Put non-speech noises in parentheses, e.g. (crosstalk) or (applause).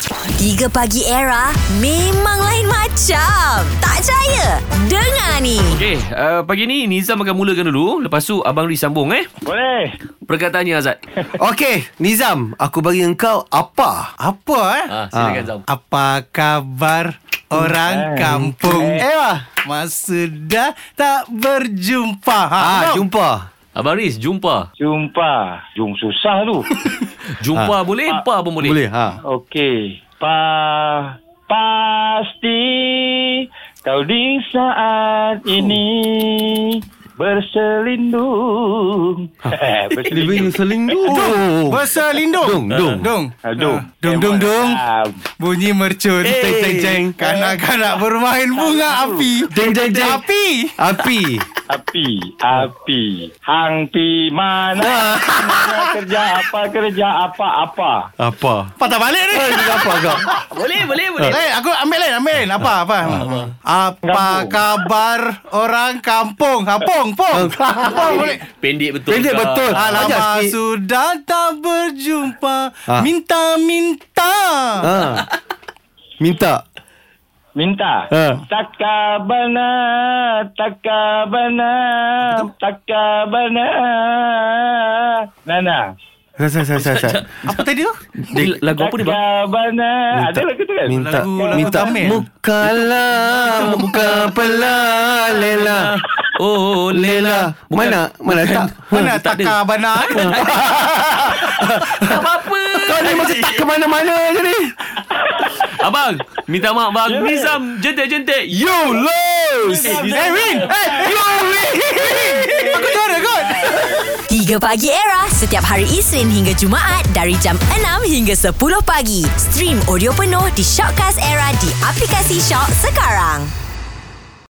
3 Pagi Era memang lain macam. Tak percaya? Dengar ni. Okay, uh, pagi ni Nizam akan mulakan dulu. Lepas tu Abang Ri sambung eh. Boleh. Perkataannya Azad. Okey, Nizam, aku bagi engkau apa? Apa eh? Ah, silakan, Zam. Apa kabar orang kampung? Eh, Ewa. masa dah tak berjumpa. Ha, Ah, no. jumpa. Abang Riz, jumpa. Jumpa. Jum susah (laughs) tu. Jumpa boleh, pa pun boleh. Ha. Boleh, ha. Okey. Pa pasti kau di saat ini berselindung. Ha. (laughs) Eh, berselindung. selingkuh. Eh, Berselindung. Dung, dung. Dung. Aduh. Ah, Dung, dung, dung. Ah, Bunyi mercun. Eh. Ah, Ceng, ceng, ceng. Kanak-kanak bermain bunga api. Jeng, jeng, jeng. Api. Api. Api, api, hang pi (laughs) mana? Ah. mana kerja apa kerja apa apa? Apa? Patah balik ni. Eh, apa kau? boleh, boleh, boleh. Ha. Lain, aku ambil lain, ambil lain. Apa, apa? Apa Kampung. kabar orang kampung? Kampung, pong. Pong boleh. Pendek betul. Ah, Pendek kau. betul. Ajar Alamak sikit. sudah tak berjumpa Ah. Minta-minta Ha. Minta. Minta. Ha. Takabana, takabana, takabana. Nana. Saya, saya, saya, saya. Apa tadi tu? Ni Lagu apa ni (laughs) bang? Takabana. Ada lagu tu kan? Minta, Lagu- lagu minta. Tamil. Mukalah, muka pelah, lela. Oh, Lela. Mana? Mana tak? Ah. Mana eh? tak ada. takabana (laughs) tak apa-apa. Kau ni masih tak ke mana-mana je ni. Abang, minta maaf bang. Nizam, jentik-jentik. You lose. Eh Win Eh You win. aku juara kot 3 Pagi Era setiap hari Isnin hingga Jumaat dari jam 6 hingga 10 pagi. Stream audio penuh di Shockcast Era di aplikasi Shock sekarang.